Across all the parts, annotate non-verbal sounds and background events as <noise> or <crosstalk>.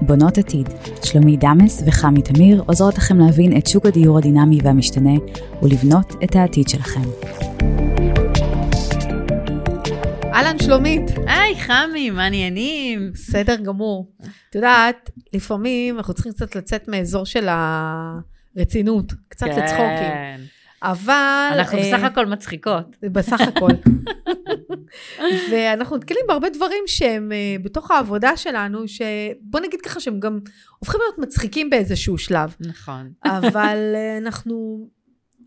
בונות עתיד, שלומי דמאס וחמי תמיר עוזרות לכם להבין את שוק הדיור הדינמי והמשתנה ולבנות את העתיד שלכם. אהלן, שלומית. היי, חמי, מה העניינים? בסדר גמור. את יודעת, לפעמים אנחנו צריכים קצת לצאת מאזור של הרצינות, קצת לצחוקים. כן. אבל... אנחנו אה, בסך הכל מצחיקות. בסך הכל. <laughs> ואנחנו נתקלים בהרבה דברים שהם אה, בתוך העבודה שלנו, שבוא נגיד ככה שהם גם הופכים להיות מצחיקים באיזשהו שלב. נכון. אבל אה, אנחנו...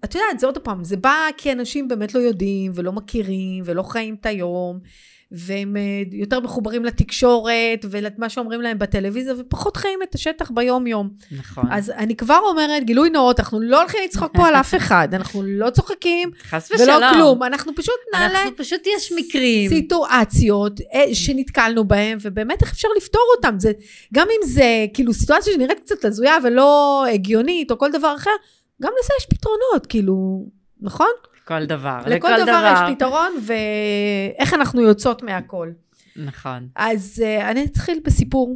את יודעת, זה עוד פעם, זה בא כי אנשים באמת לא יודעים ולא מכירים ולא חיים את היום, והם אה, יותר מחוברים לתקשורת ולמה שאומרים להם בטלוויזיה, ופחות חיים את השטח ביום-יום. נכון. אז אני כבר אומרת, גילוי נאות, אנחנו לא הולכים לצחוק פה על אף אחד, אנחנו לא צוחקים חס ושלום. ולא לא כלום, אנחנו פשוט נעלה אנחנו פשוט יש מקרים. סיטואציות אה, שנתקלנו בהן, ובאמת איך אפשר לפתור אותן. זה, גם אם זה כאילו סיטואציה שנראית קצת הזויה ולא הגיונית, או כל דבר אחר, גם לזה יש פתרונות, כאילו, נכון? כל דבר. לכל דבר, יש פתרון, ואיך אנחנו יוצאות מהכל. נכון. אז אה, אני אתחיל בסיפור,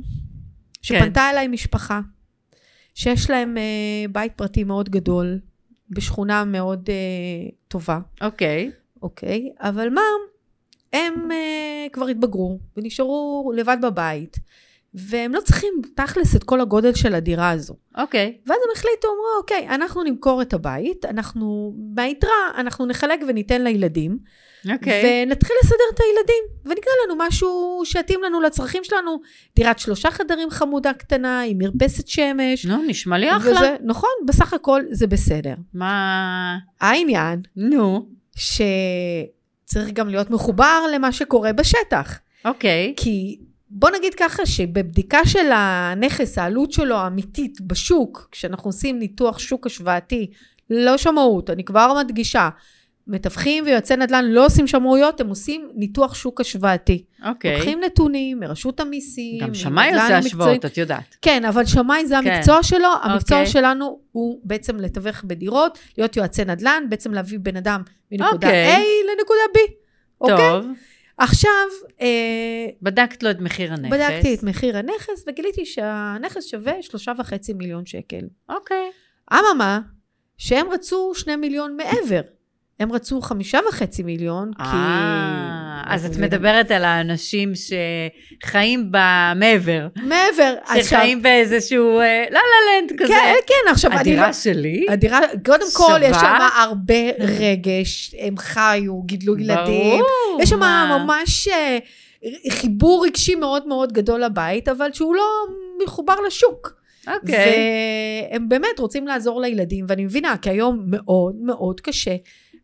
שפנתה אליי משפחה, שיש להם אה, בית פרטי מאוד גדול, בשכונה מאוד אה, טובה. אוקיי. אוקיי? אבל מה, הם אה, כבר התבגרו ונשארו לבד בבית, והם לא צריכים תכלס את כל הגודל של הדירה הזו. אוקיי. ואז הם החליטו, אמרו, אוקיי, אנחנו נמכור את הבית, אנחנו, מהיתרה, אנחנו נחלק וניתן לילדים, אוקיי. ונתחיל לסדר את הילדים, ונקרא לנו משהו שיתאים לנו לצרכים שלנו, דירת שלושה חדרים חמודה קטנה, עם מרפסת שמש. נו, נשמע לי אחלה. וזה- נכון, בסך הכל זה בסדר. מה... העניין נו. שצריך גם להיות מחובר למה שקורה בשטח. אוקיי. כי בוא נגיד ככה שבבדיקה של הנכס, העלות שלו האמיתית בשוק, כשאנחנו עושים ניתוח שוק השוואתי, לא שמאות, אני כבר מדגישה, מתווכים ויועצי נדל"ן לא עושים שמאויות, הם עושים ניתוח שוק השוואתי. Okay. אוקיי. לוקחים נתונים מרשות המיסים. גם שמאי מנדל"ן עושה מקצועי. השוואות, את יודעת. כן, אבל שמאי זה כן. המקצוע שלו, המקצוע אוקיי. שלנו הוא בעצם לתווך בדירות, להיות יועצי נדל"ן, בעצם להביא בן אדם מנקודה אוקיי. A לנקודה B. אוקיי? טוב. עכשיו, אה, בדקת לו את מחיר הנכס. בדקתי את מחיר הנכס וגיליתי שהנכס שווה שלושה וחצי מיליון שקל. אוקיי. אממה, שהם רצו שני מיליון מעבר. הם רצו חמישה וחצי מיליון, כי... אה, אז את מדברת על האנשים שחיים במעבר. מעבר. עכשיו- שחיים באיזשהו אה, לה לה לנד כזה. כן, כן, עכשיו... אני לא- הדירה שלי? הדירה, קודם כל, יש שווה? שם הרבה רגש, הם חיו, גידלו ילדים. ברור, יש שם מה? ממש אה, חיבור רגשי מאוד מאוד גדול לבית, אבל שהוא לא מחובר לשוק. אוקיי. והם באמת רוצים לעזור לילדים, ואני מבינה, כי היום מאוד מאוד קשה.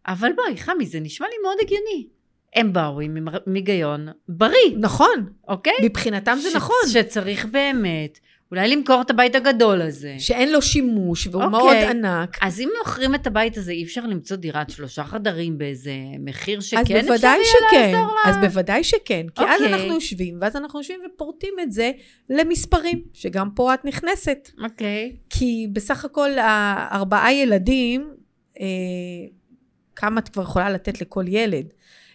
אבל בואי, חמי, זה נשמע לי מאוד הגיוני. הם באו עם עם היגיון בריא, נכון, אוקיי? מבחינתם זה ש- נכון. שצריך באמת אולי למכור את הבית הגדול הזה. שאין לו שימוש, והוא אוקיי. מאוד ענק. אז אם מוכרים את הבית הזה, אי אפשר למצוא דירת שלושה חדרים באיזה מחיר אה, שכן אז אפשר יהיה בוודאי שכן, לעזור לה? אז בוודאי שכן, כי אז אוקיי. אנחנו יושבים, ואז אנחנו יושבים ופורטים את זה למספרים, שגם פה את נכנסת. אוקיי. כי בסך הכל הארבעה ילדים, אה, כמה את כבר יכולה לתת לכל ילד?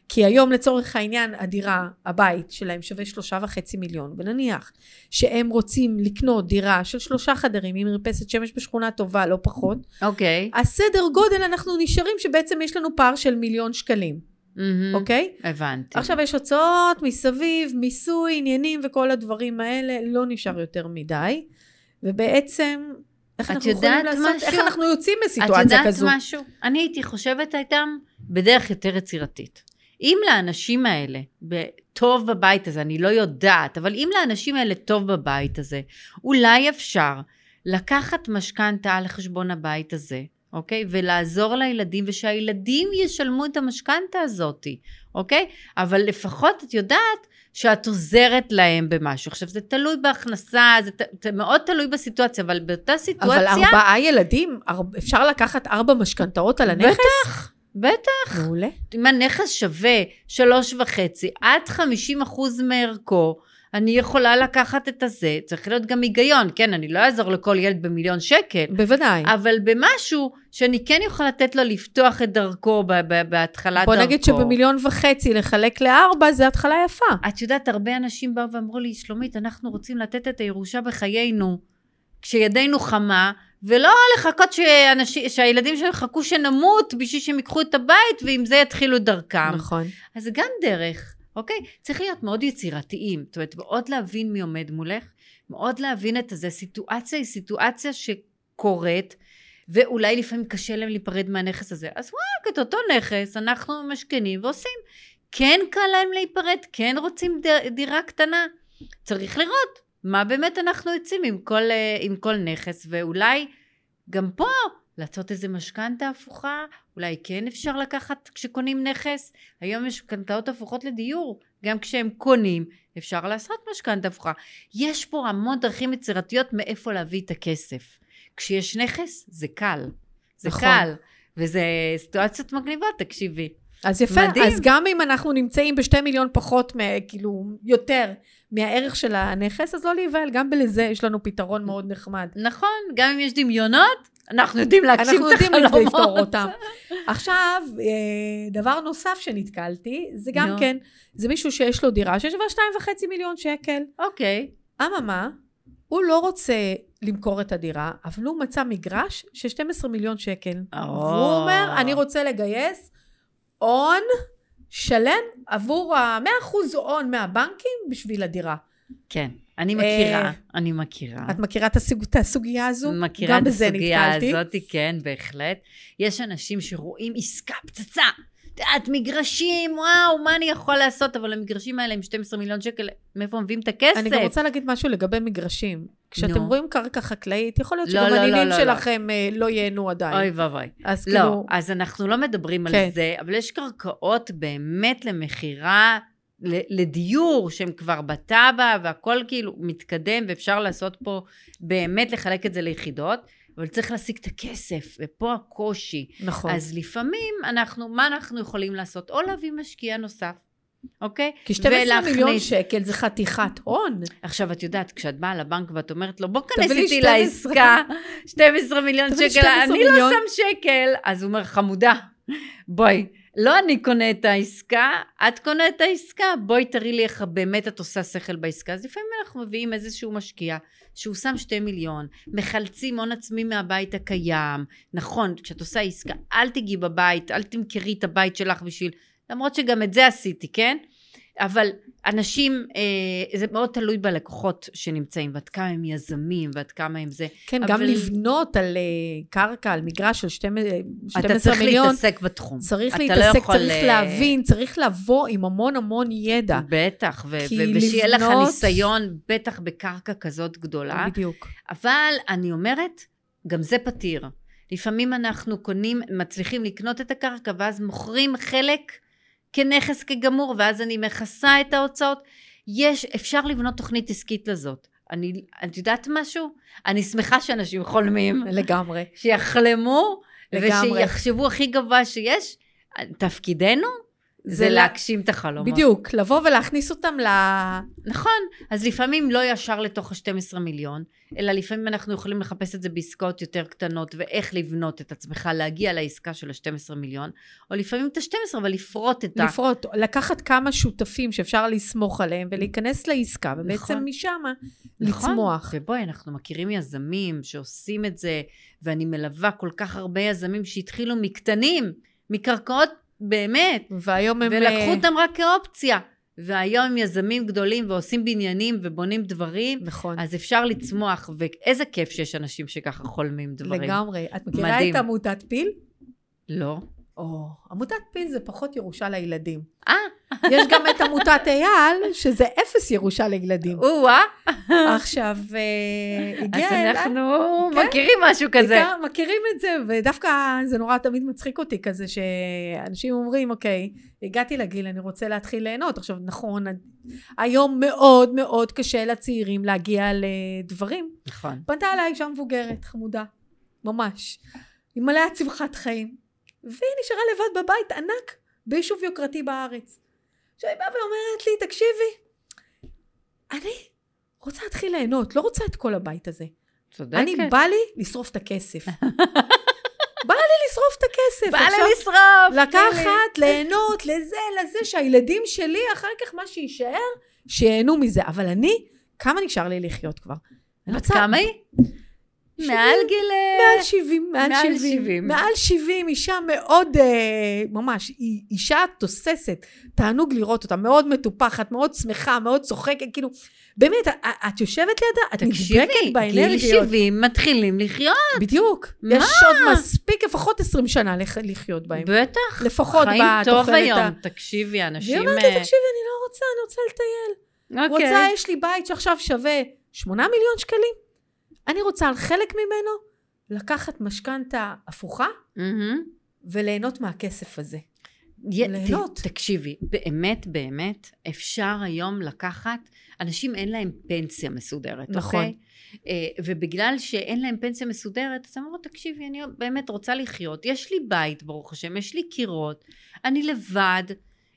כי היום לצורך העניין הדירה, הבית שלהם שווה שלושה וחצי מיליון, ונניח שהם רוצים לקנות דירה של שלושה חדרים עם מרפסת שמש בשכונה טובה, לא פחות, אוקיי. הסדר גודל אנחנו נשארים שבעצם יש לנו פער של מיליון שקלים, מהמם. אוקיי? הבנתי. עכשיו יש הוצאות מסביב, מיסוי, עניינים וכל הדברים האלה, לא נשאר יותר מדי. ובעצם, איך את אנחנו יכולים יודעת לעשות, משהו? איך אנחנו יוצאים את מסיטואציה יודעת כזו? משהו? אני הייתי חושבת איתם בדרך יותר יצירתית. אם לאנשים האלה, ב- טוב בבית הזה, אני לא יודעת, אבל אם לאנשים האלה טוב בבית הזה, אולי אפשר לקחת משכנתה על חשבון הבית הזה, אוקיי? ולעזור לילדים, ושהילדים ישלמו את המשכנתה הזאת, אוקיי? אבל לפחות את יודעת שאת עוזרת להם במשהו. עכשיו, זה תלוי בהכנסה, זה, ת, זה מאוד תלוי בסיטואציה, אבל באותה סיטואציה... אבל ארבעה ילדים, ארבע- אפשר לקחת ארבע משכנתאות על הנכס? בטח, בטח. מעולה. אם הנכס שווה שלוש וחצי עד חמישים אחוז מערכו, אני יכולה לקחת את הזה, צריך להיות גם היגיון, כן, אני לא אעזור לכל ילד במיליון שקל, בוודאי. אבל במשהו שאני כן יכולה לתת לו לפתוח את דרכו ב- ב- בהתחלת בוא דרכו. נגיד שבמיליון וחצי לחלק לארבע זה התחלה יפה. את יודעת, הרבה אנשים באו ואמרו לי, שלומית, אנחנו רוצים לתת את הירושה בחיינו, כשידנו חמה, ולא לחכות שאנשי, שהילדים שלנו יחכו שנמות בשביל שהם ייקחו את הבית, ועם זה יתחילו את דרכם. נכון. אז זה גם דרך, אוקיי? צריך להיות מאוד יצירתיים. זאת אומרת, מאוד להבין מי עומד מולך, מאוד להבין את הזה. סיטואציה היא סיטואציה שקורית, ואולי לפעמים קשה להם להיפרד מהנכס הזה. אז וואק, את אותו נכס אנחנו משכנים ועושים. כן קל להם להיפרד, כן רוצים ד- דירה קטנה. צריך לראות מה באמת אנחנו יוצאים עם כל, אה, עם כל נכס, ואולי גם פה לעשות איזה משכנתה הפוכה, אולי כן אפשר לקחת כשקונים נכס. היום יש משכנתאות הפוכות לדיור, גם כשהם קונים אפשר לעשות משכנתה הפוכה. יש פה המון דרכים יצירתיות מאיפה להביא את הכסף. כשיש נכס זה קל, זה נכון. נכון. קל, וזה סיטואציות מגניבות, תקשיבי. אז יפה, מדהים. מדהים. אז גם אם אנחנו נמצאים בשתי מיליון פחות, מ- כאילו, יותר מהערך של הנכס, אז לא להיבהל, גם בלזה יש לנו פתרון מאוד נחמד. נכון, גם אם יש דמיונות, אנחנו יודעים להגשים אנחנו את החלומות. יודעים איך לפתור אותם. עכשיו, אה, דבר נוסף שנתקלתי, זה גם נו. כן, זה מישהו שיש לו דירה ששווה שתיים וחצי מיליון שקל. אוקיי, אממה, הוא לא רוצה למכור את הדירה, אבל הוא מצא מגרש של 12 מיליון שקל. או. והוא אומר, אני רוצה לגייס הון שלם עבור ה-100% הון מהבנקים בשביל הדירה. כן. אני אה, מכירה, אני מכירה. את מכירה את הסוג- את הסוגיה הזו? מכירה גם את בזה הסוגיה נתקלתי. הזאת, כן, בהחלט. יש אנשים שרואים עסקה פצצה. את יודעת, מגרשים, וואו, מה אני יכול לעשות? אבל המגרשים האלה עם 12 מיליון שקל, מאיפה הם מביאים את הכסף? אני גם רוצה להגיד משהו לגבי מגרשים. כשאתם נו. רואים קרקע חקלאית, יכול להיות לא, שגם לא, לא, הנינים לא, לא. שלכם אה, לא ייהנו אוי עדיין. ואבוי. אז לא, כאילו, אז אנחנו לא מדברים על כן. זה, אבל יש קרקעות באמת למכירה, ל- לדיור, שהן כבר בתב"ע, והכל כאילו מתקדם, ואפשר לעשות פה, באמת לחלק את זה ליחידות, אבל צריך להשיג את הכסף, ופה הקושי. נכון. אז לפעמים אנחנו, מה אנחנו יכולים לעשות? או להביא משקיע נוסף, אוקיי? כי 12 מיליון ולהכניס- שקל זה חתיכת הון. עכשיו, את יודעת, כשאת באה לבנק ואת אומרת לו, בוא לי כנס איתי 12. לעסקה, 12 מיליון תביא לי שקל, 12 אני לא מיליון." שם שקל. אז הוא אומר, חמודה, בואי, לא אני קונה את העסקה, את קונה את העסקה, בואי תראי לי איך באמת את עושה שכל בעסקה. אז לפעמים אנחנו מביאים איזשהו משקיע שהוא שם 2 מיליון, מחלצים הון עצמי מהבית הקיים. נכון, כשאת עושה עסקה, אל תיגעי בבית, אל תמכרי את הבית שלך בשביל... למרות שגם את זה עשיתי, כן? אבל אנשים, אה, זה מאוד תלוי בלקוחות שנמצאים, ועד כמה הם יזמים, ועד כמה הם זה. כן, אבל- גם לבנות על אה, קרקע, על מגרש של 12 אתה 12 צריך מיליון, להתעסק בתחום. צריך אתה לא להתעסק, יכול, צריך אה, להבין, צריך לבוא עם המון המון ידע. בטח, ו- כי ו- ושיהיה לך לבנות- ניסיון, בטח בקרקע כזאת גדולה. בדיוק. אבל אני אומרת, גם זה פתיר. לפעמים אנחנו קונים, מצליחים לקנות את הקרקע, ואז מוכרים חלק כנכס כגמור, ואז אני מכסה את ההוצאות. יש, אפשר לבנות תוכנית עסקית לזאת. אני, את יודעת משהו? אני שמחה שאנשים חולמים, לגמרי. שיחלמו, לגמרי. ושיחשבו הכי גבוה שיש. תפקידנו זה, זה זה ל- להגשים את החלומות. בדיוק, לבוא ולהכניס אותם ל... נכון, אז לפעמים לא ישר לתוך ה-12 מיליון, אלא לפעמים אנחנו יכולים לחפש את זה בעסקאות יותר קטנות, ואיך לבנות את עצמך, להגיע לעסקה של ה-12 מיליון, או לפעמים את ה-12, אבל לפרוט את ה... לפרוט, לקחת כמה שותפים שאפשר לסמוך עליהם ולהיכנס לעסקה, ובעצם נכון. משם נכון. לצמוח. ובואי, אנחנו מכירים יזמים שעושים את זה, ואני מלווה כל כך הרבה יזמים שהתחילו מקטנים, מקרקעות באמת, והיום הם... ולקחו אה, אותם רק כאופציה. והיום הם יזמים גדולים ועושים בניינים ובונים דברים, נכון, אז אפשר לצמוח, ואיזה כיף שיש אנשים שככה חולמים דברים. לגמרי. את מכירה מדהים. את עמותת פיל? לא. או, עמותת פיל זה פחות ירושה לילדים. אה, יש גם את עמותת אייל, שזה אפס ירושה <laughs> לילדים. או-אה, עכשיו, אה, אז הגיע אליי... אנחנו כן. מכירים משהו כזה. בעיקר מכירים את זה, ודווקא זה נורא תמיד מצחיק אותי כזה, שאנשים אומרים, אוקיי, הגעתי לגיל, אני רוצה להתחיל ליהנות. עכשיו, נכון, היום מאוד מאוד קשה לצעירים להגיע לדברים. נכון. פנתה אליי אישה מבוגרת, חמודה, ממש, היא מלאה שמחת חיים, והיא נשארה לבד בבית ענק ביישוב יוקרתי בארץ. עכשיו היא באה ואומרת לי, תקשיבי, אני רוצה להתחיל ליהנות, לא רוצה את כל הבית הזה. צודקת. אני, בא לי לשרוף את <laughs> הכסף. בא לי לשרוף את הכסף. בא לי עכשיו לשרוף. לקחת, ליהנות, לזה, לזה, שהילדים שלי, אחר כך מה שיישאר, שיהנו מזה. אבל אני, כמה נשאר לי לחיות כבר? אני עד רוצה- כמה היא? שבעים. מעל גיל... אה, מעל 70, מעל מעל 70. 70. מעל 70, אישה מאוד, אה, ממש, היא אישה תוססת, תענוג לראות אותה, מאוד מטופחת, מאוד שמחה, מאוד צוחקת, כאילו, באמת, א- א- את יושבת לידה, את נדבקת תקשיבי, גיל באנרגיות. 70 מתחילים לחיות. בדיוק. מה? יש עוד מספיק, לפחות 20 שנה לח- לחיות בהם. בטח. לפחות חיים טוב בתוחלת ה- היום. תקשיבי, והיא אנשים... אומרת לי, אה, תקשיבי, אני לא רוצה, אני רוצה לטייל. אוקיי. רוצה, יש לי בית שעכשיו שווה 8 מיליון שקלים. אני רוצה על חלק ממנו לקחת משכנתה הפוכה מהמם. וליהנות מהכסף הזה. יה- ת- ליהנות. תקשיבי, באמת, באמת, אפשר היום לקחת, אנשים אין להם פנסיה מסודרת, נכון. אוקיי? אה, ובגלל שאין להם פנסיה מסודרת, אז אמרו, תקשיבי, אני באמת רוצה לחיות. יש לי בית, ברוך השם, יש לי קירות, אני לבד,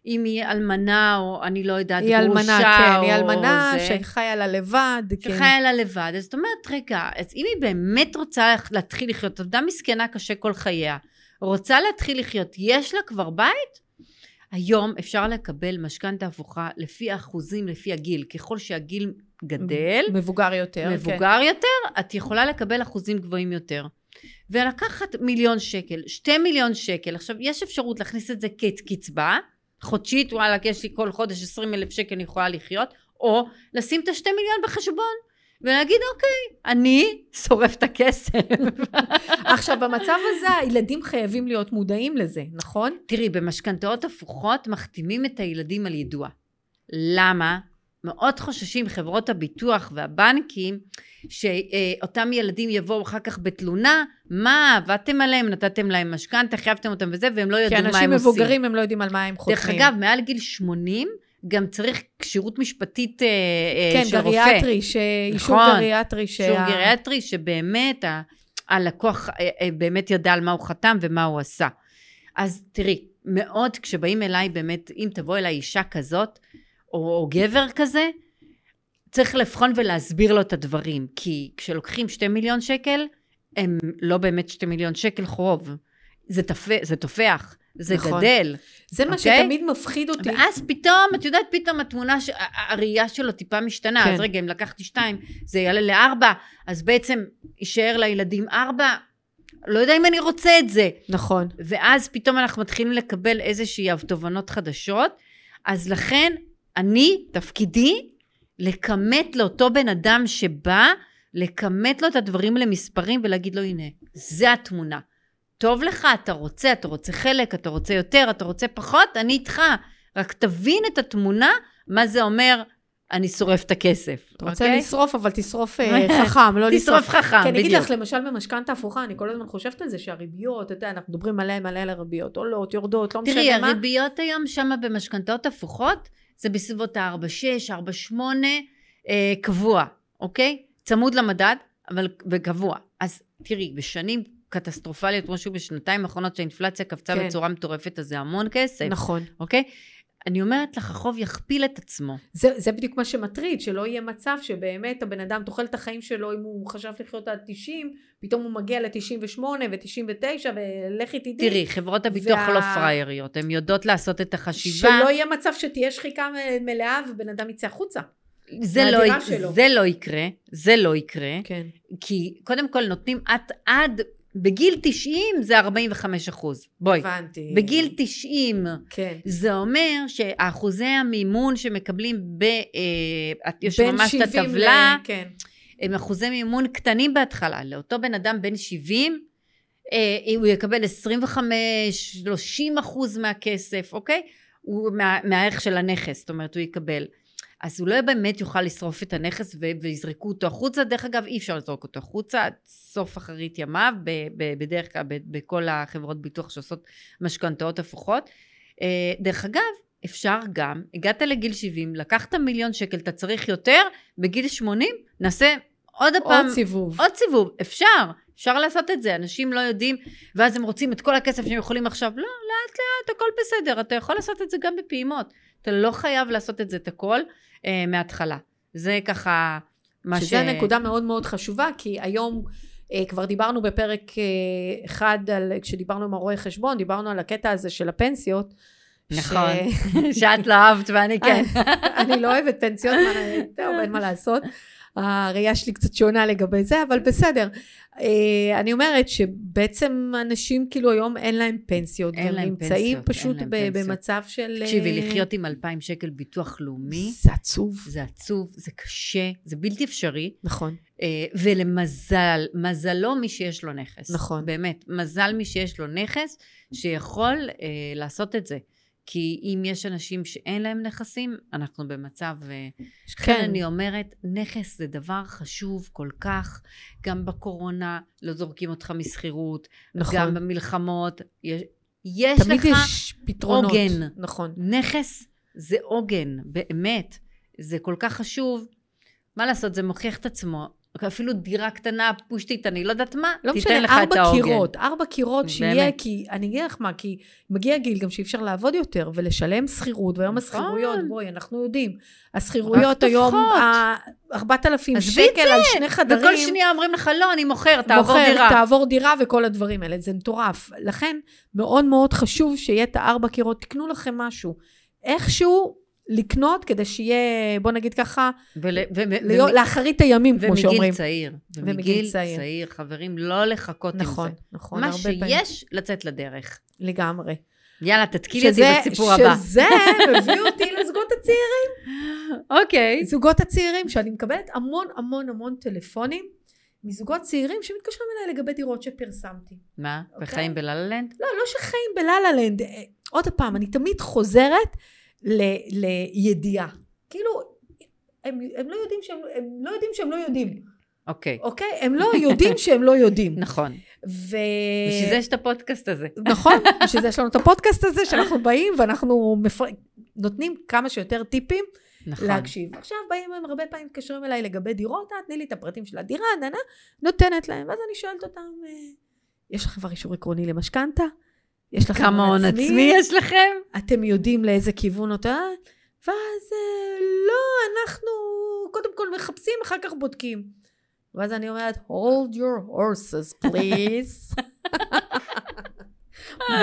אם היא אלמנה, או אני לא יודעת, היא אלמנה, גרושה, כן, או היא אלמנה זה. שחיה לה לבד, כן. שחיה לה לבד, אז זאת אומרת, רגע, אז אם היא באמת רוצה לח- להתחיל לחיות, עבדה מסכנה קשה כל חייה, רוצה להתחיל לחיות, יש לה כבר בית? היום אפשר לקבל משכנתה הפוכה לפי האחוזים, לפי הגיל. ככל שהגיל גדל, מבוגר יותר. כן. מבוגר יותר, את יכולה לקבל אחוזים גבוהים יותר. ולקחת מיליון שקל, שתי מיליון שקל, עכשיו יש אפשרות להכניס את זה כקצבה, חודשית, וואלכ, יש לי כל חודש עשרים אלף שקל אני יכולה לחיות, או לשים את השתי מיליון בחשבון, ולהגיד אוקיי, אני שורף את הכסף. <laughs> עכשיו, במצב הזה, הילדים חייבים להיות מודעים לזה, נכון? תראי, במשכנתאות הפוכות מחתימים את הילדים על ידוע. למה? מאוד חוששים חברות הביטוח והבנקים שאותם ילדים יבואו אחר כך בתלונה, מה, עבדתם עליהם, נתתם להם משכנתה, חייבתם אותם וזה, והם לא כי ידעו מה הם עושים. אנשים מבוגרים, הם לא יודעים על מה הם חותמים. דרך אגב, מעל גיל 80, גם צריך כשירות משפטית אה, אה, כן, של רופא. גריאטרי, ש- אישור נכון. גריאטרי. שה- אישור גריאטרי, שבאמת ה- הלקוח אה, אה, באמת ידע על מה הוא חתם ומה הוא עשה. אז תראי, מאוד כשבאים אליי באמת, אם תבוא אליי אישה כזאת, או, או גבר כזה, צריך לבחון ולהסביר לו את הדברים. כי כשלוקחים שתי מיליון שקל, הם לא באמת שתי מיליון שקל חוב. זה, תפ... זה תופח, זה נכון. נכון. גדל. זה מה אוקיי? שתמיד מפחיד אותי. ואז פתאום, את יודעת, פתאום התמונה, ש- ה- ה- הראייה שלו טיפה משתנה. כן. כן. אז רגע, אם לקחתי שתיים, זה יעלה לארבע, אז בעצם יישאר לילדים ארבע. לא יודע אם אני רוצה את זה. נכון. ואז פתאום אנחנו מתחילים לקבל איזושהי תובנות חדשות. אז לכן, אני, תפקידי, לכמת לאותו בן אדם שבא, לכמת לו את הדברים למספרים ולהגיד לו, הנה, זה התמונה. טוב לך, אתה רוצה, אתה רוצה חלק, אתה רוצה יותר, אתה רוצה פחות, אני איתך. רק תבין את התמונה, מה זה אומר, אני שורף את הכסף, אתה רוצה אוקיי? לשרוף, אבל תשרוף <laughs> אה, חכם, לא לשרוף. תשרוף חכם, כי אני בדיוק. אגיד לך, למשל במשכנתה הפוכה, אני כל הזמן חושבת על זה שהריביות, אתה יודע, אנחנו מדברים עליהן, עליהן הריביות, עולות, יורדות, לא תראי, משנה מה. הריביות היום שם במשכנתאות הפוכות, זה בסביבות ה-4.6, 4.8, אה, קבוע, אוקיי? צמוד למדד, אבל וקבוע. אז תראי, בשנים קטסטרופליות, כמו שבשנתיים האחרונות שהאינפלציה קפצה כן. בצורה מטורפת, אז זה המון כסף, נכון. אוקיי? אני אומרת לך, החוב יכפיל את עצמו. זה, זה בדיוק מה שמטריד, שלא יהיה מצב שבאמת הבן אדם תוחל את החיים שלו, אם הוא חשב לחיות עד 90, פתאום הוא מגיע ל-98 ו-99, ולכי תדעי. תראי, חברות הביטוח וה- לא פראייריות, הן יודעות לעשות את החשיבה. שלא יהיה מצב שתהיה שחיקה מ- מלאה ובן אדם יצא החוצה. זה לא, מהדירה שלו. זה לא יקרה, זה לא יקרה. כן. כי קודם כל נותנים עד, עד בגיל 90 זה 45 אחוז. בואי, הבנתי. בגיל 90 כן. זה אומר שאחוזי המימון שמקבלים ב... אה, את- יש בין ממש את 70 ל- הטבלה, כן. הם אחוזי מימון קטנים בהתחלה. לאותו בן אדם בן 70, אה, הוא יקבל 25-30 אחוז מהכסף, אוקיי? הוא מה, מהערך של הנכס, זאת אומרת, הוא יקבל. אז הוא לא באמת יוכל לשרוף את הנכס ו- ויזרקו אותו החוצה. דרך אגב, אי אפשר לזרוק אותו החוצה עד סוף אחרית ימיו, ב- ב- בדרך כלל ב- בכל החברות ביטוח שעושות משכנתאות הפוכות. אה, דרך אגב, אפשר גם, הגעת לגיל 70, לקחת מיליון שקל, אתה צריך יותר, בגיל 80 נעשה עוד עוד הפעם סיבוב. עוד סיבוב, אפשר, אפשר לעשות את זה, אנשים לא יודעים, ואז הם רוצים את כל הכסף שהם יכולים עכשיו, לא, לאט לאט, הכל בסדר, אתה יכול לעשות את זה גם בפעימות, אתה לא חייב לעשות את זה את הכל אה, מההתחלה. זה ככה מה ש... שזה נקודה מאוד מאוד חשובה, כי היום אה, כבר דיברנו בפרק אה, אחד, על, כשדיברנו עם הרואה חשבון, דיברנו על הקטע הזה של הפנסיות. <laughs> נכון, ש- שאת לא אהבת ואני <laughs> כן. אני לא אוהבת פנסיות, מה- טוב, אין מה לעשות. הראייה שלי קצת שונה לגבי זה, אבל בסדר. אה, אני אומרת שבעצם אנשים כאילו היום אין להם פנסיות. אין הם להם נמצאים פנסיות, פשוט אין להם ב- פנסיות. במצב של... אה, תקשיבי, לחיות עם 2,000 שקל ביטוח לאומי, זה עצוב. זה עצוב, זה קשה, זה בלתי אפשרי. נכון. אה, ולמזל, מזלו מי שיש לו נכס. נכון. באמת, מזל מי שיש לו נכס שיכול אה, לעשות את זה. כי אם יש אנשים שאין להם נכסים, אנחנו במצב... אה, כן, אני אומרת, נכס זה דבר חשוב כל כך, גם בקורונה לא זורקים אותך משכירות, נכון. גם במלחמות, יש, יש תמיד לך יש פתרונות. עוגן. נכון. נכס זה עוגן, באמת. זה כל כך חשוב. מה לעשות, זה מוכיח את עצמו. אפילו דירה קטנה, פושטית, אני לא יודעת מה, לא תיתן משנה, לך את ארבע העוגן. קירות, ארבע קירות שיהיה, באמת. כי אני אגיד לך מה, כי מגיע גיל גם שאי אפשר לעבוד יותר ולשלם שכירות, והיום נכון. השכירויות, בואי, אנחנו יודעים, השכירויות היום, תופחות. ה- 4,000 עזבי את שקל על שני חדרים, וכל שנייה אומרים לך, לא, אני מוכר, תעבור מוכר, דירה. תעבור דירה וכל הדברים האלה, זה מטורף. לכן, מאוד מאוד חשוב שיהיה את הארבע קירות, תקנו לכם משהו. איכשהו לקנות כדי שיהיה, בוא נגיד ככה, ול- ו- ו- ליו- ומ- לאחרית הימים, לא, כמו ומגיל שאומרים. צעיר. ומגיל ומגיל צעיר. צעיר, חברים, לא לחכות עם זה. נכון, נכון, מה הרבה פעמים. שיש, לצאת לדרך. לגמרי. יאללה, תתקילי אותי בסיפור הבא. שזה <laughs> מביא אותי לזוגות הצעירים. אוקיי. זוגות הצעירים, שאני מקבלת המון המון המון טלפונים מזוגות צעירים שמתקשרים אליי לגבי דירות שפרסמתי. מה? אוקיי. וחיים בלה לנד? לא, לא שחיים בלה-לה לנד. אה, עוד פעם, אני תמיד חוזרת ל- לידיעה. כאילו, הם, הם לא יודעים שהם, הם לא יודעים שהם לא יודעים, אוקיי. אוקיי? הם לא <laughs> יודעים שהם לא יודעים. נכון. ו... בשביל זה יש את הפודקאסט הזה. נכון, בשביל זה יש לנו את הפודקאסט הזה, שאנחנו באים ואנחנו מפר... נותנים כמה שיותר טיפים נכון. להקשיב. עכשיו באים הם הרבה פעמים מתקשרים אליי לגבי דירות, אה, תני לי את הפרטים של הדירה, ננה, נותנת להם. ואז אני שואלת אותם, אה, יש לכם כבר אישור עקרוני למשכנתה? יש לכם כמה הון עצמי יש לכם? אתם יודעים לאיזה כיוון אותה? ואז אה, לא, אנחנו קודם כל מחפשים, אחר כך בודקים. ואז אני אומרת, hold your horses, <laughs> please.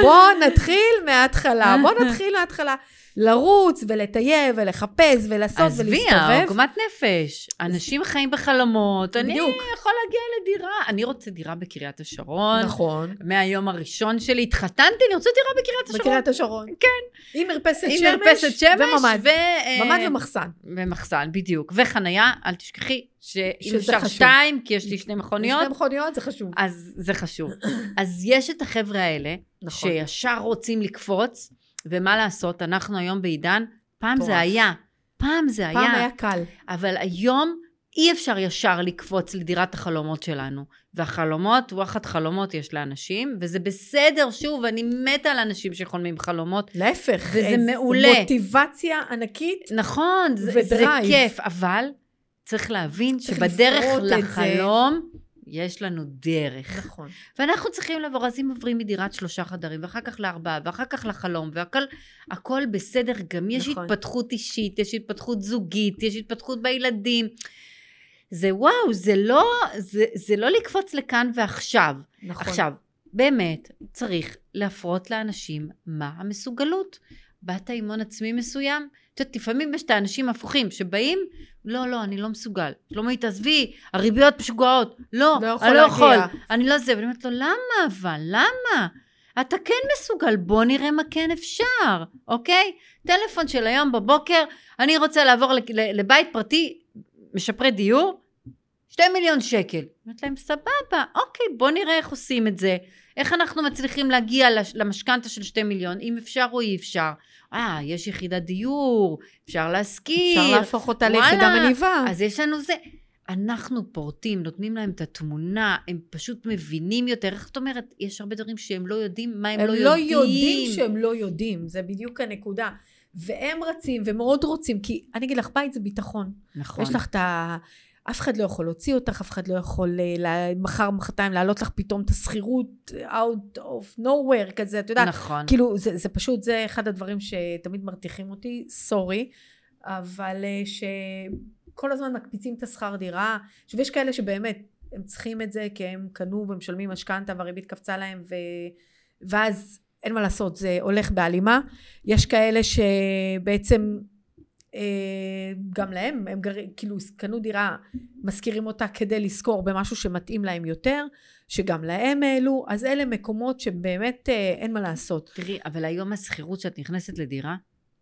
בוא נתחיל מההתחלה, בוא נתחיל מההתחלה. לרוץ ולטייל ולחפש ולעשות עזבי, ולהסתובב. עוגמת נפש. אנשים חיים בחלומות. אני בדיוק. יכול להגיע לדירה. אני רוצה דירה בקריית השרון. נכון. מהיום הראשון שלי התחתנתי, אני רוצה דירה בקריית השרון. בקריית השרון. כן. עם מרפסת שמש. עם מרפסת שמש וממ"ד. ו- אה, ממ"ד ומחסן. ומחסן, בדיוק. וחנייה, אל תשכחי, שאם שזה אפשר חשוב. שתיים, כי יש לי שני מכוניות, שתי מכוניות זה חשוב. אז זה חשוב. אז יש את החבר'ה האלה, נכון. שישר רוצים לקפוץ, ומה לעשות, אנחנו היום בעידן, פעם מטורף. זה היה, פעם זה אה, היה, פעם היה קל. אבל היום אי אפשר ישר לקפוץ לדירת החלומות שלנו. והחלומות, וואחד חלומות יש לאנשים, וזה בסדר, שוב, אני מתה על אנשים שחולמים חלומות. להפך, וזה איזה מעולה. מוטיבציה ענקית. נכון, זה, זה ודרייב. כיף, אבל צריך להבין צריך שבדרך לפרוט את זה. לחלום, יש לנו דרך. נכון. ואנחנו צריכים לעבור, אז אם עוברים מדירת שלושה חדרים, ואחר כך לארבעה, ואחר כך לחלום, והכל הכל בסדר, גם יש נכון. נכון. התפתחות אישית, יש התפתחות זוגית, יש התפתחות בילדים. זה וואו, זה לא, זה, זה לא לקפוץ לכאן ועכשיו. נכון. עכשיו, באמת, צריך להפרות לאנשים מה המסוגלות. באת עם הון עצמי מסוים? את יודעת, לפעמים יש את האנשים ההפוכים שבאים, לא, לא, אני לא מסוגל. שלומית, עזבי, הריביות משוגעות. לא, לא יכול אני לא להגיע." יכול, אני לא זה. ואני אומרת לו, למה אבל? למה? אתה כן מסוגל, בוא נראה מה כן אפשר, אוקיי? טלפון של היום בבוקר, אני רוצה לעבור ל- ל- לבית פרטי, משפרי דיור, שתי מיליון שקל. אומרת להם, סבבה, אוקיי, בוא נראה איך עושים את זה. איך אנחנו מצליחים להגיע לש- למשכנתה של שתי מיליון, אם אפשר או אי אפשר. אה, יש יחידת דיור, אפשר להשכיר. אפשר להפוך אותה וואלה, ליחידה מניבה. אז יש לנו זה. אנחנו פורטים, נותנים להם את התמונה, הם פשוט מבינים יותר. איך את אומרת? יש הרבה דברים שהם לא יודעים מה הם, הם לא יודעים שהם לא יודעים, זה בדיוק הנקודה. והם רצים ומאוד רוצים, כי אני אגיד לך, בית זה ביטחון. נכון. יש לך את ה... אף אחד לא יכול להוציא אותך, אף אחד לא יכול אה, ל- מחר, מחרתיים להעלות לך פתאום את השכירות אה, out of nowhere כזה, את יודעת, נכון. כאילו, זה, זה פשוט, זה אחד הדברים שתמיד מרתיחים אותי, סורי, אבל אה, ש... כל הזמן מקפיצים את השכר דירה. עכשיו, יש כאלה שבאמת, הם צריכים את זה כי הם קנו ומשלמים משכנתה והריבית קפצה להם, ו... ואז אין מה לעשות, זה הולך בהלימה. יש כאלה שבעצם, אה, גם להם, הם גר... כאילו קנו דירה, משכירים אותה כדי לשכור במשהו שמתאים להם יותר, שגם להם העלו, אז אלה מקומות שבאמת אה, אין מה לעשות. תראי, אבל היום השכירות שאת נכנסת לדירה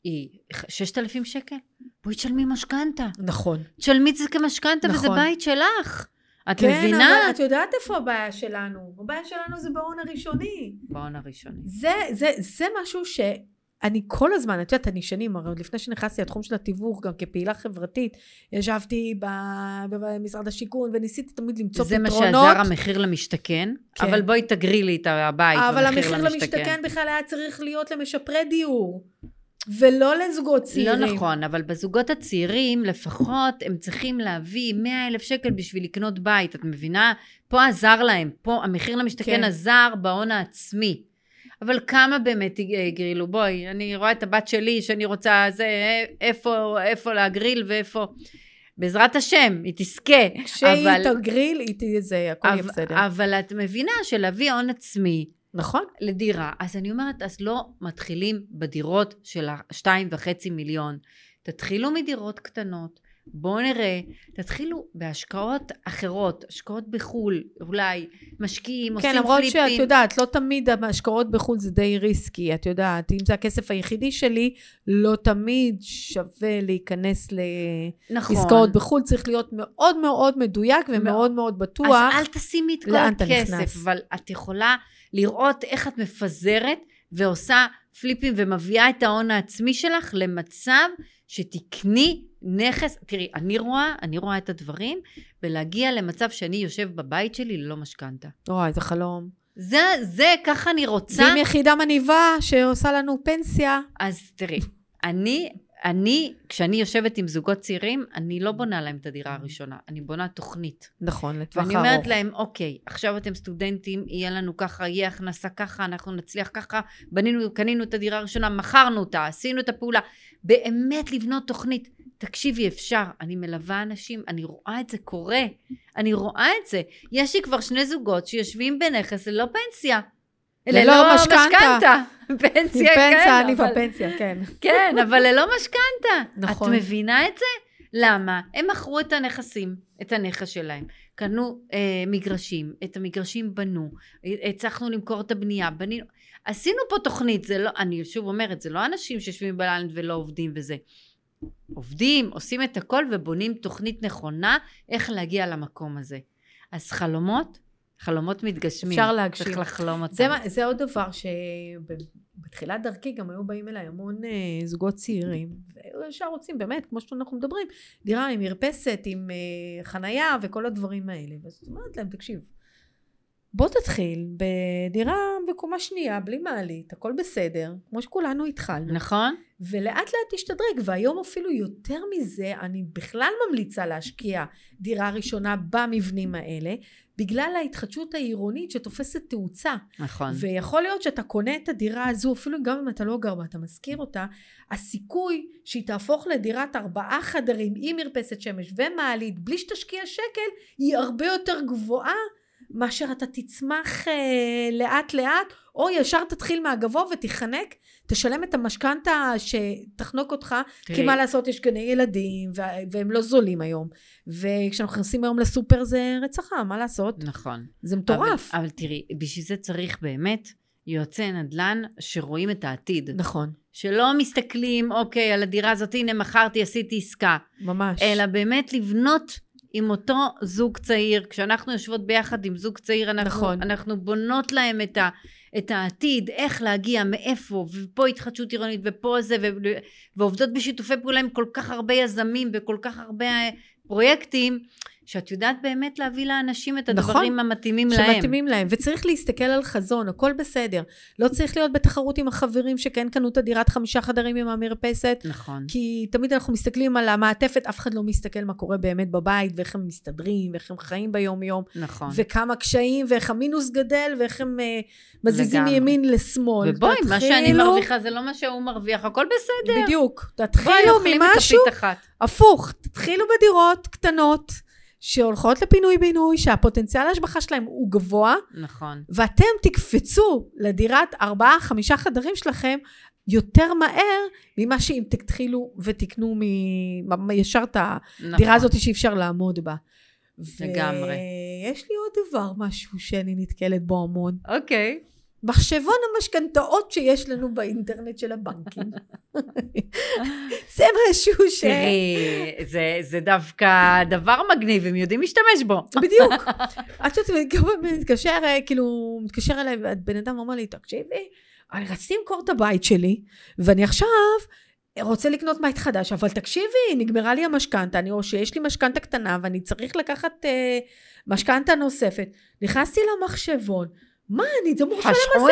היא 6,000 שקל? בואי תשלמי משכנתה. נכון. תשלמי את זה כמשכנתה, וזה נכון. בית שלך. את כן, מבינה? אבל את יודעת איפה הבעיה שלנו. הבעיה שלנו זה בהון הראשוני. בהון הראשוני. זה, זה, זה משהו שאני כל הזמן, את יודעת, אני שנים, הרי עוד לפני שנכנסתי לתחום של התיווך, גם כפעילה חברתית, ישבתי ב- במשרד השיכון וניסיתי תמיד למצוא זה מה פתרונות. שעזר המחיר למשתכן, כן. אבל בואי תגרי לי את הבית אבל במחיר המחיר למשתכן בכלל היה צריך להיות למשפרי דיור, ולא לזוגות צעירים. לא נכון, אבל בזוגות הצעירים לפחות הם צריכים להביא 100 אלף שקל בשביל לקנות בית, את מבינה? פה עזר להם, פה המחיר למשתכן כן. כן. עזר בהון העצמי. אבל כמה באמת הגרילו? בואי, אני רואה את הבת שלי שאני רוצה, זה, אה, איפה, איפה להגריל ואיפה... בעזרת השם, היא תזכה. כשהיא אבל- תגריל, היא תהיה זה, הכל יהיה אבל- בסדר. אבל את מבינה שלהביא הון עצמי, נכון. לדירה. אז אני אומרת, אז לא מתחילים בדירות של ה-2.5 מיליון. תתחילו מדירות קטנות, בואו נראה. תתחילו בהשקעות אחרות, השקעות בחו"ל, אולי משקיעים, כן, עושים למרות פליפים. שאת יודעת, לא תמיד ההשקעות בחו"ל זה די ריסקי, את יודעת, אם זה הכסף היחידי שלי, לא תמיד שווה להיכנס נכון. לעסקאות בחו"ל, צריך להיות מאוד מאוד מדויק ומאוד מאוד. מאוד בטוח. אז אל תשימי את כל לאן אתה הכסף, נכנס. אבל את יכולה לראות איך את מפזרת ועושה פליפים ומביאה את ההון העצמי שלך למצב שתקני נכס. תראי, אני רואה, אני רואה את הדברים, ולהגיע למצב שאני יושב בבית שלי ללא משכנתה. אוי, זה חלום. זה, זה, ככה אני רוצה. ועם יחידה מניבה שעושה לנו פנסיה. אז תראי, אני, אני, כשאני יושבת עם זוגות צעירים, אני לא בונה להם את הדירה הראשונה, אני בונה תוכנית. נכון, לטווח ואני ארוך. אומרת להם, אוקיי, עכשיו אתם סטודנטים, יהיה לנו ככה, יהיה הכנסה ככה, אנחנו נצליח ככה, בנינו, קנינו את הדירה הראשונה, מכרנו אותה, עשינו את הפעולה. באמת לבנות תוכנית. תקשיבי, אפשר. אני מלווה אנשים, אני רואה את זה קורה. אני רואה את זה. יש לי כבר שני זוגות שיושבים בנכס ללא פנסיה. לא ללא לא משכנתה. <laughs> פנסיה, כן. פנסיה, אני אבל- בפנסיה, כן. כן, אבל ללא משכנתה. נכון. נכון. את מבינה את זה? למה? הם מכרו את הנכסים, את הנכס שלהם. קנו אה, מגרשים, את המגרשים בנו, הצלחנו למכור את הבנייה, בנינו... עשינו פה תוכנית, זה לא, אני שוב אומרת, זה לא אנשים שיושבים בלילה ולא עובדים וזה. עובדים, עושים את הכל ובונים תוכנית נכונה איך להגיע למקום הזה. אז חלומות, חלומות מתגשמים. אפשר להגשים. צריך לחלום אותם. זה, מה- זה עוד דבר שבתחילת דרכי גם היו באים אליי המון אה, זוגות צעירים, והיו ישר רוצים באמת, כמו שאנחנו מדברים, דירה עם מרפסת, עם אה, חנייה וכל הדברים האלה. ואז אני אומרת להם, תקשיב, בוא תתחיל בדירה בקומה שנייה, בלי מעלית, הכל בסדר, כמו שכולנו התחלנו. נכון? ולאט לאט תשתדרג, והיום אפילו יותר מזה, אני בכלל ממליצה להשקיע דירה ראשונה במבנים האלה, בגלל ההתחדשות העירונית שתופסת תאוצה. נכון. ויכול להיות שאתה קונה את הדירה הזו, אפילו גם אם אתה לא גר בה, אתה משכיר אותה, הסיכוי שהיא תהפוך לדירת ארבעה חדרים עם מרפסת שמש ומעלית, בלי שתשקיע שקל, היא הרבה יותר גבוהה מאשר אתה תצמח אה, לאט לאט, או ישר תתחיל מהגבוה ותיחנק, תשלם את המשכנתה שתחנוק אותך, כי תראי, מה לעשות, יש גני ילדים, וה- והם לא זולים היום. וכשאנחנו נכנסים היום לסופר זה רצח עם, מה לעשות? נכון. זה מטורף. אבל, אבל תראי, בשביל זה צריך באמת יועצי נדל"ן שרואים את העתיד. נכון, שלא מסתכלים, אוקיי, על הדירה הזאת, הנה מכרתי, עשיתי עסקה. ממש. אלא באמת לבנות עם אותו זוג צעיר. כשאנחנו יושבות ביחד עם זוג צעיר, אנחנו, נכון. נכון. אנחנו בונות להם את, ה, את העתיד, איך להגיע, מאיפה, ופה התחדשות עירונית, ופה זה, ו, ועובדות בשיתופי פעולה עם כל כך הרבה יזמים וכל כך הרבה אה, פרויקטים, שאת יודעת באמת להביא לאנשים את נכון, הדברים המתאימים להם. שמתאימים להם. וצריך להסתכל על חזון, הכל בסדר. לא צריך להיות בתחרות עם החברים שכן קנו את הדירת חמישה חדרים עם המרפסת, נכון. כי תמיד אנחנו מסתכלים על המעטפת, אף אחד לא מסתכל מה קורה באמת בבית, ואיך הם מסתדרים, ואיך הם חיים ביום-יום, נכון. וכמה קשיים, ואיך המינוס גדל, ואיך הם אה, מזיזים לגמרי. מימין לשמאל. ובואי, מה שאני תתחילו- מרוויחה זה לא מה שהוא מרוויח, הכל בסדר. בדיוק. בואי, תתחילו אוכלים את ממשהו כפית אחת. הפוך, תתחילו בדירות קטנות. שהולכות לפינוי-בינוי, שהפוטנציאל ההשבחה שלהם הוא גבוה, נכון. ואתם תקפצו לדירת ארבעה, חמישה חדרים שלכם יותר מהר ממה שאם תתחילו ותקנו מ... מ- ישר את הדירה נכון. הזאת שאי אפשר לעמוד בה. לגמרי. ויש לי עוד דבר, משהו שאני נתקלת בו המון. אוקיי. מחשבון המשכנתאות שיש לנו באינטרנט של <laughs> הבנקים. זה משהו ש... תראי, זה- זה דווקא דבר מגניב, הם יודעים להשתמש בו. בדיוק. את יודעת, כמה פעמים מתקשר, אה, כאילו, מתקשר אליי, והבן אדם אומר לי, תקשיבי, אני רציתי למכור את הבית שלי, ואני עכשיו רוצה לקנות בית חדש, אבל תקשיבי, נגמרה לי המשכנתה, אני- או שיש לי משכנתה קטנה, ואני צריך לקחת אה, משכנתה נוספת. נכנסתי למחשבון, מה, אני זה אמור לשלם חשכו עשרת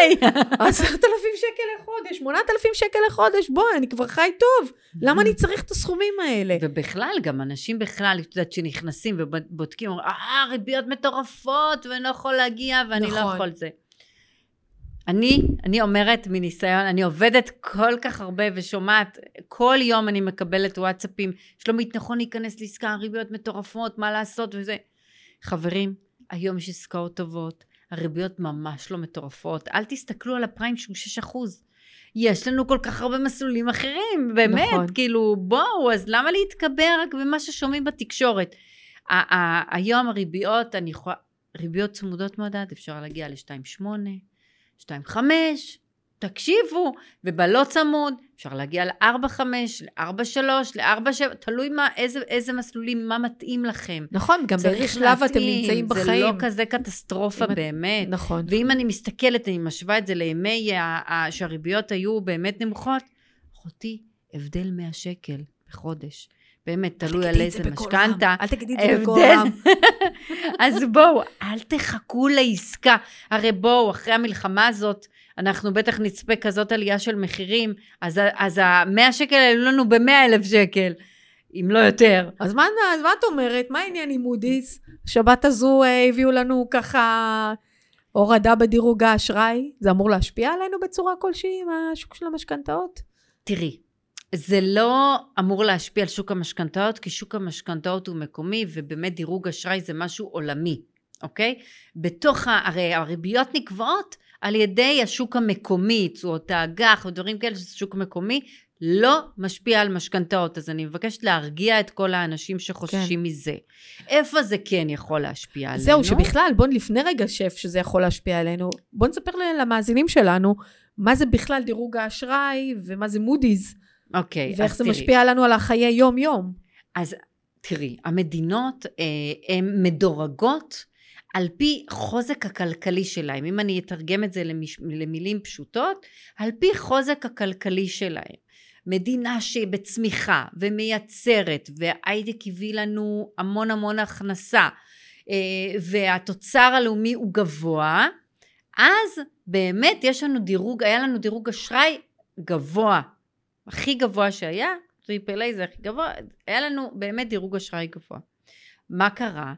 עיניי. <laughs> עשרת אלפים שקל לחודש, שמונת אלפים שקל לחודש, בוא, אני כבר חי טוב. למה אני צריך את הסכומים האלה? ובכלל, גם אנשים בכלל, את יודעת, שנכנסים ובודקים, אומרים, אה, ריביות מטורפות, ואני לא יכול להגיע, ואני לא נכון. יכול זה. אני, אני אומרת מניסיון, אני עובדת כל כך הרבה ושומעת, כל יום אני מקבלת וואטסאפים, שלומית, נכון להיכנס לעסקה, ריביות מטורפות, מה לעשות וזה. חברים, היום יש עסקאות טובות, הריביות ממש לא מטורפות, אל תסתכלו על הפריים שהוא 6 אחוז. יש לנו כל כך הרבה מסלולים אחרים, באמת, נכון. נכון. כאילו, בואו, אז למה להתקבע רק במה ששומעים בתקשורת? ה- ה- היום הריביות, אני יכולה, ריביות צמודות מדד, אפשר להגיע ל-2.8, 2.5, תקשיבו, ובלא צמוד, אפשר להגיע ל-4.5, ל-4.3, ל-4.7, תלוי מה, איזה, איזה מסלולים, מה מתאים לכם. נכון, גם באיזה צריך שלב אתם להתאים, נמצאים בחיים. זה לא כזה קטסטרופה אם את- באמת. נכון. ואם אני מסתכלת, אני משווה את זה לימי ה- ה- שהריביות היו באמת נמוכות, אחותי, הבדל 100 שקל בחודש. באמת, תלוי על איזה משכנתה. אל תגידי את זה בקול הבדל. רם. <laughs> אז בואו, אל תחכו לעסקה. הרי בואו, אחרי המלחמה הזאת, אנחנו בטח נצפה כזאת עלייה של מחירים, אז, ה- אז ה-100 שקל עלו לנו ב-100 אלף שקל, אם לא יותר. <laughs> אז מה, אז מה את אומרת? מה העניין עם מודי'ס? שבת הזו אה, הביאו לנו ככה הורדה בדירוג האשראי. זה אמור להשפיע עלינו בצורה כלשהי עם השוק של המשכנתאות? תראי, זה לא אמור להשפיע על שוק המשכנתאות, כי שוק המשכנתאות הוא מקומי, ובאמת דירוג אשראי זה משהו עולמי, אוקיי? בתוך, ה- הרי הריביות נקבעות על ידי השוק המקומי, תשואות האג"ח ודברים כאלה שזה שוק מקומי, לא משפיע על משכנתאות. אז אני מבקשת להרגיע את כל האנשים שחוששים כן. מזה. איפה זה כן יכול להשפיע עלינו? זהו, שבכלל, בואו לפני רגע שף שזה יכול להשפיע עלינו, בואו נספר ל- למאזינים שלנו מה זה בכלל דירוג האשראי ומה זה מודי'ס, אוקיי, ואיך אז זה תראי. משפיע עלינו על החיי יום-יום. תראי, המדינות אה, הן מדורגות על פי חוזק הכלכלי שלהם. אם אני אתרגם את זה למש... למילים פשוטות, על פי חוזק הכלכלי שלהם. מדינה שהיא בצמיחה ומייצרת, וההייטק הביא לנו המון המון הכנסה, אה, והתוצר הלאומי הוא גבוה, אז באמת יש לנו דירוג, היה לנו דירוג אשראי גבוה. הכי גבוה שהיה, טריפל איי זה הכי גבוה, היה לנו באמת דירוג אשראי גבוה. מה קרה?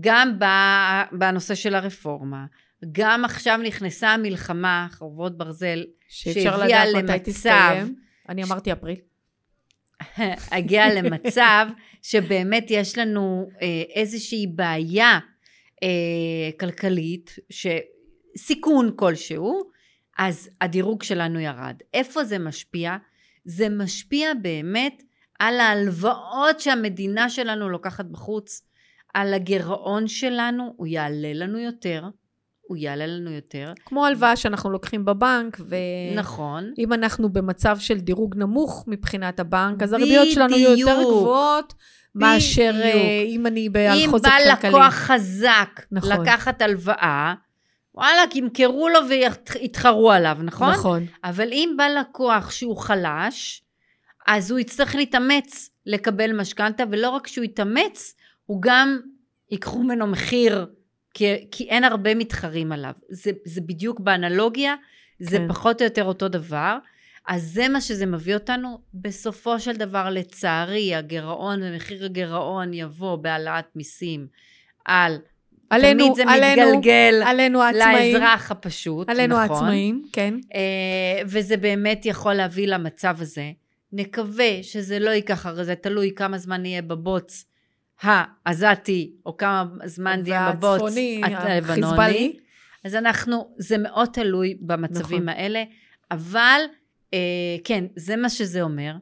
גם ב- בנושא של הרפורמה, גם עכשיו נכנסה המלחמה, חרבות ברזל, שאפשר שהביאה לדעת מתי למצב- תסתיים. אני אמרתי אפריל. הגיע למצב שבאמת יש לנו אה, איזושהי בעיה אה, כלכלית, ש... סיכון כלשהו, אז הדירוג שלנו ירד. איפה זה משפיע? זה משפיע באמת על ההלוואות שהמדינה שלנו לוקחת בחוץ, על הגירעון שלנו, הוא יעלה לנו יותר, הוא יעלה לנו יותר, כמו הלוואה שאנחנו לוקחים בבנק, ו- נכון. אם אנחנו במצב של דירוג נמוך מבחינת הבנק, אז הריביות שלנו יהיו יותר בדיוק. גבוהות מאשר בדיוק. אה, אם אני בעל אם חוזק בא כלכלי. לקוח חזק נכון. לקחת הלוואה, וואלכ, ימכרו לו ויתחרו עליו, נכון? נכון. נכון. אבל אם בא לקוח שהוא חלש, אז הוא יצטרך להתאמץ לקבל משכנתה, ולא רק שהוא יתאמץ, הוא גם ייקחו ממנו מחיר, כי, כי אין הרבה מתחרים עליו. זה, זה בדיוק באנלוגיה, זה כן. פחות או יותר אותו דבר. אז זה מה שזה מביא אותנו. בסופו של דבר, לצערי, הגירעון ומחיר הגירעון יבוא בהעלאת מיסים על... עלינו, תמיד זה עלינו, מתגלגל עלינו העצמאים, לאזרח הפשוט, עלינו נכון? העצמאים, כן. אה, וזה באמת יכול להביא למצב הזה. נקווה שזה לא ייקח, הרי זה תלוי כמה זמן נהיה בבוץ העזתי, או כמה זמן נהיה בבוץ אה, והצפוני, הלבנוני. החיזבאללי. אז אנחנו, זה מאוד תלוי במצבים נכון. נכון. האלה, אבל אה, כן, זה מה שזה אומר.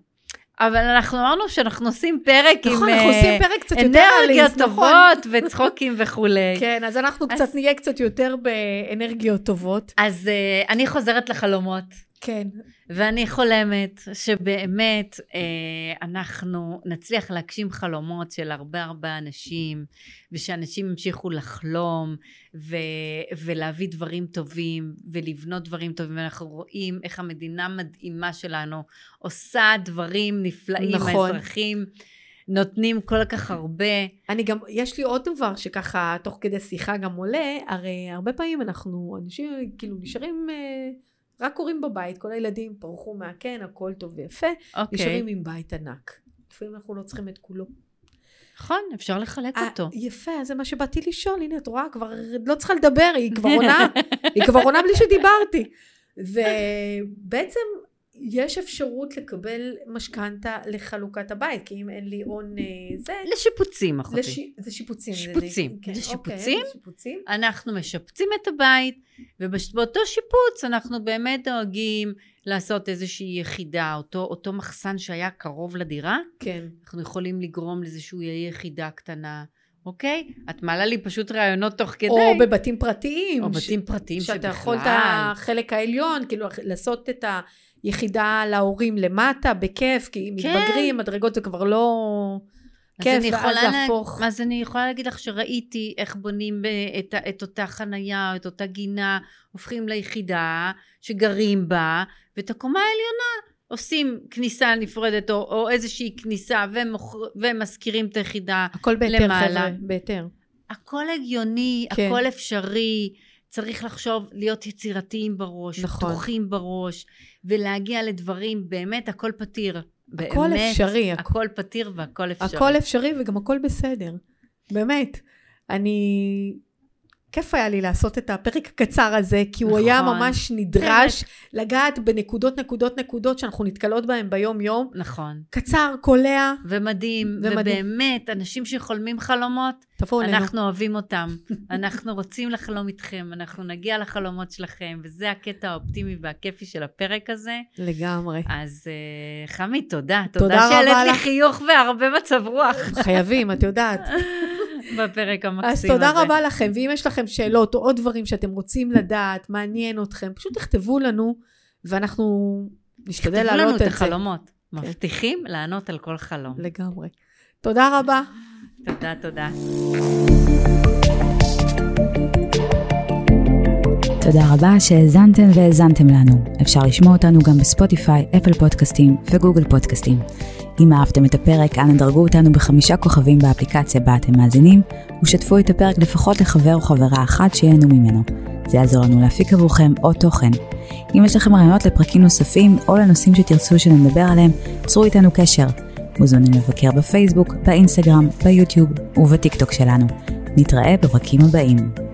אבל אנחנו אמרנו שאנחנו עושים פרק עם נכון, אנחנו אה, עושים פרק קצת יותר אנרגיות אליס, נכון. טובות וצחוקים וכולי. <laughs> כן, אז אנחנו אז- קצת נהיה קצת יותר באנרגיות טובות. אז אה, אני חוזרת לחלומות. כן, ואני חולמת שבאמת אה, אנחנו נצליח להגשים חלומות של הרבה הרבה אנשים, ושאנשים ימשיכו לחלום ו- ולהביא דברים טובים ולבנות דברים טובים, ואנחנו רואים איך המדינה המדהימה שלנו עושה דברים נפלאים, נכון. נכון. האזרחים נותנים כל כך הרבה. אני גם, יש לי עוד דבר שככה, תוך כדי שיחה גם עולה, הרי הרבה פעמים אנחנו, אנשים כאילו נשארים, אה, רק קוראים בבית, כל הילדים פרחו מהקן, הכל טוב ויפה, אוקיי, נשארים עם בית ענק. לפעמים אנחנו לא צריכים את כולו. נכון, אפשר לחלק אותו. אה, יפה, זה מה שבאתי לשאול, הנה, את רואה, כבר לא צריכה לדבר, היא כבר עונה, היא כבר עונה בלי שדיברתי. ובעצם יש אפשרות לקבל משכנתה לחלוקת הבית, כי אם אין לי הון אה, זה, לשיפוצים, אחותי. לש... זה שיפוצים. שיפוצים. כן, זה אוקיי, שיפוצים? זה שיפוצים. אנחנו משפצים את הבית, ובאותו שיפוץ אנחנו באמת דואגים לעשות איזושהי יחידה, אותו, אותו מחסן שהיה קרוב לדירה, כן. אנחנו יכולים לגרום לזה שהוא יהיה יחידה קטנה, אוקיי? את מעלה לי פשוט רעיונות תוך כדי. או בבתים פרטיים. או ש- בתים פרטיים שבכלל. שאתה יכול את החלק העליון, כאילו לעשות את היחידה להורים למטה, בכיף, כי אם כן. מתבגרים, מדרגות זה כבר לא... אז כיף, אני ואז יכולה לה- להפוך. אז אני יכולה להגיד לך שראיתי איך בונים אה, את, ה- את אותה חנייה, את אותה גינה, הופכים ליחידה שגרים בה, ואת הקומה העליונה עושים כניסה נפרדת, או, או איזושהי כניסה, ומוכ... ומשכירים את היחידה. הכל בהיתר, למעלה. חבר'ה, בהיתר. הכל הגיוני, כן. כן. הכל אפשרי. צריך לחשוב, להיות יצירתיים בראש, נכון. נכון. פתוחים בראש, ולהגיע לדברים, באמת הכל פתיר. באמת, הכל אפשרי, הכ- הכל פתיר והכל אפשרי. הכל אפשרי וגם הכל בסדר. באמת. אני... כיף היה לי לעשות את הפרק הקצר הזה, כי הוא היה נכון. ממש נדרש לגעת בנקודות, נקודות, נקודות שאנחנו נתקלות בהן ביום-יום. נכון. קצר, קולע, ומדהים, ומדהים. ובאמת, אנשים שחולמים חלומות, תבואו אלינו. אנחנו אוהבים אותם. <laughs> אנחנו רוצים לחלום איתכם, אנחנו נגיע לחלומות שלכם, וזה הקטע האופטימי והכיפי של הפרק הזה. לגמרי. אז אה, חמי, תודה. תודה תודה רבה שהעלית לך. לי חיוך והרבה מצב <laughs> רוח חייבים, את <laughs> יודעת. בפרק המקסים אז הזה. תודה רבה לכם, ואם יש לכם שאלות או עוד דברים שאתם רוצים לדעת, מעניין אתכם, פשוט תכתבו לנו, ואנחנו נשתדל תנו לנו להעלות את את זה. כן. החלומות. מבטיחים לענות על כל חלום. לגמרי. תודה רבה. תודה, תודה. תודה רבה שהאזנתן והאזנתם לנו. אפשר לשמוע אותנו גם בספוטיפיי, אפל פודקאסטים וגוגל פודקאסטים. אם אהבתם את הפרק, אנא דרגו אותנו בחמישה כוכבים באפליקציה בה אתם מאזינים, ושתפו את הפרק לפחות לחבר או חברה אחת שיהנו ממנו. זה יעזור לנו להפיק עבורכם עוד תוכן. אם יש לכם רעיונות לפרקים נוספים, או לנושאים שתרצו שנדבר עליהם, צרו איתנו קשר. מוזמנים לבקר בפייסבוק, באינסטגרם, ביוטיוב ובטיקטוק שלנו. נתראה בפרקים הבאים.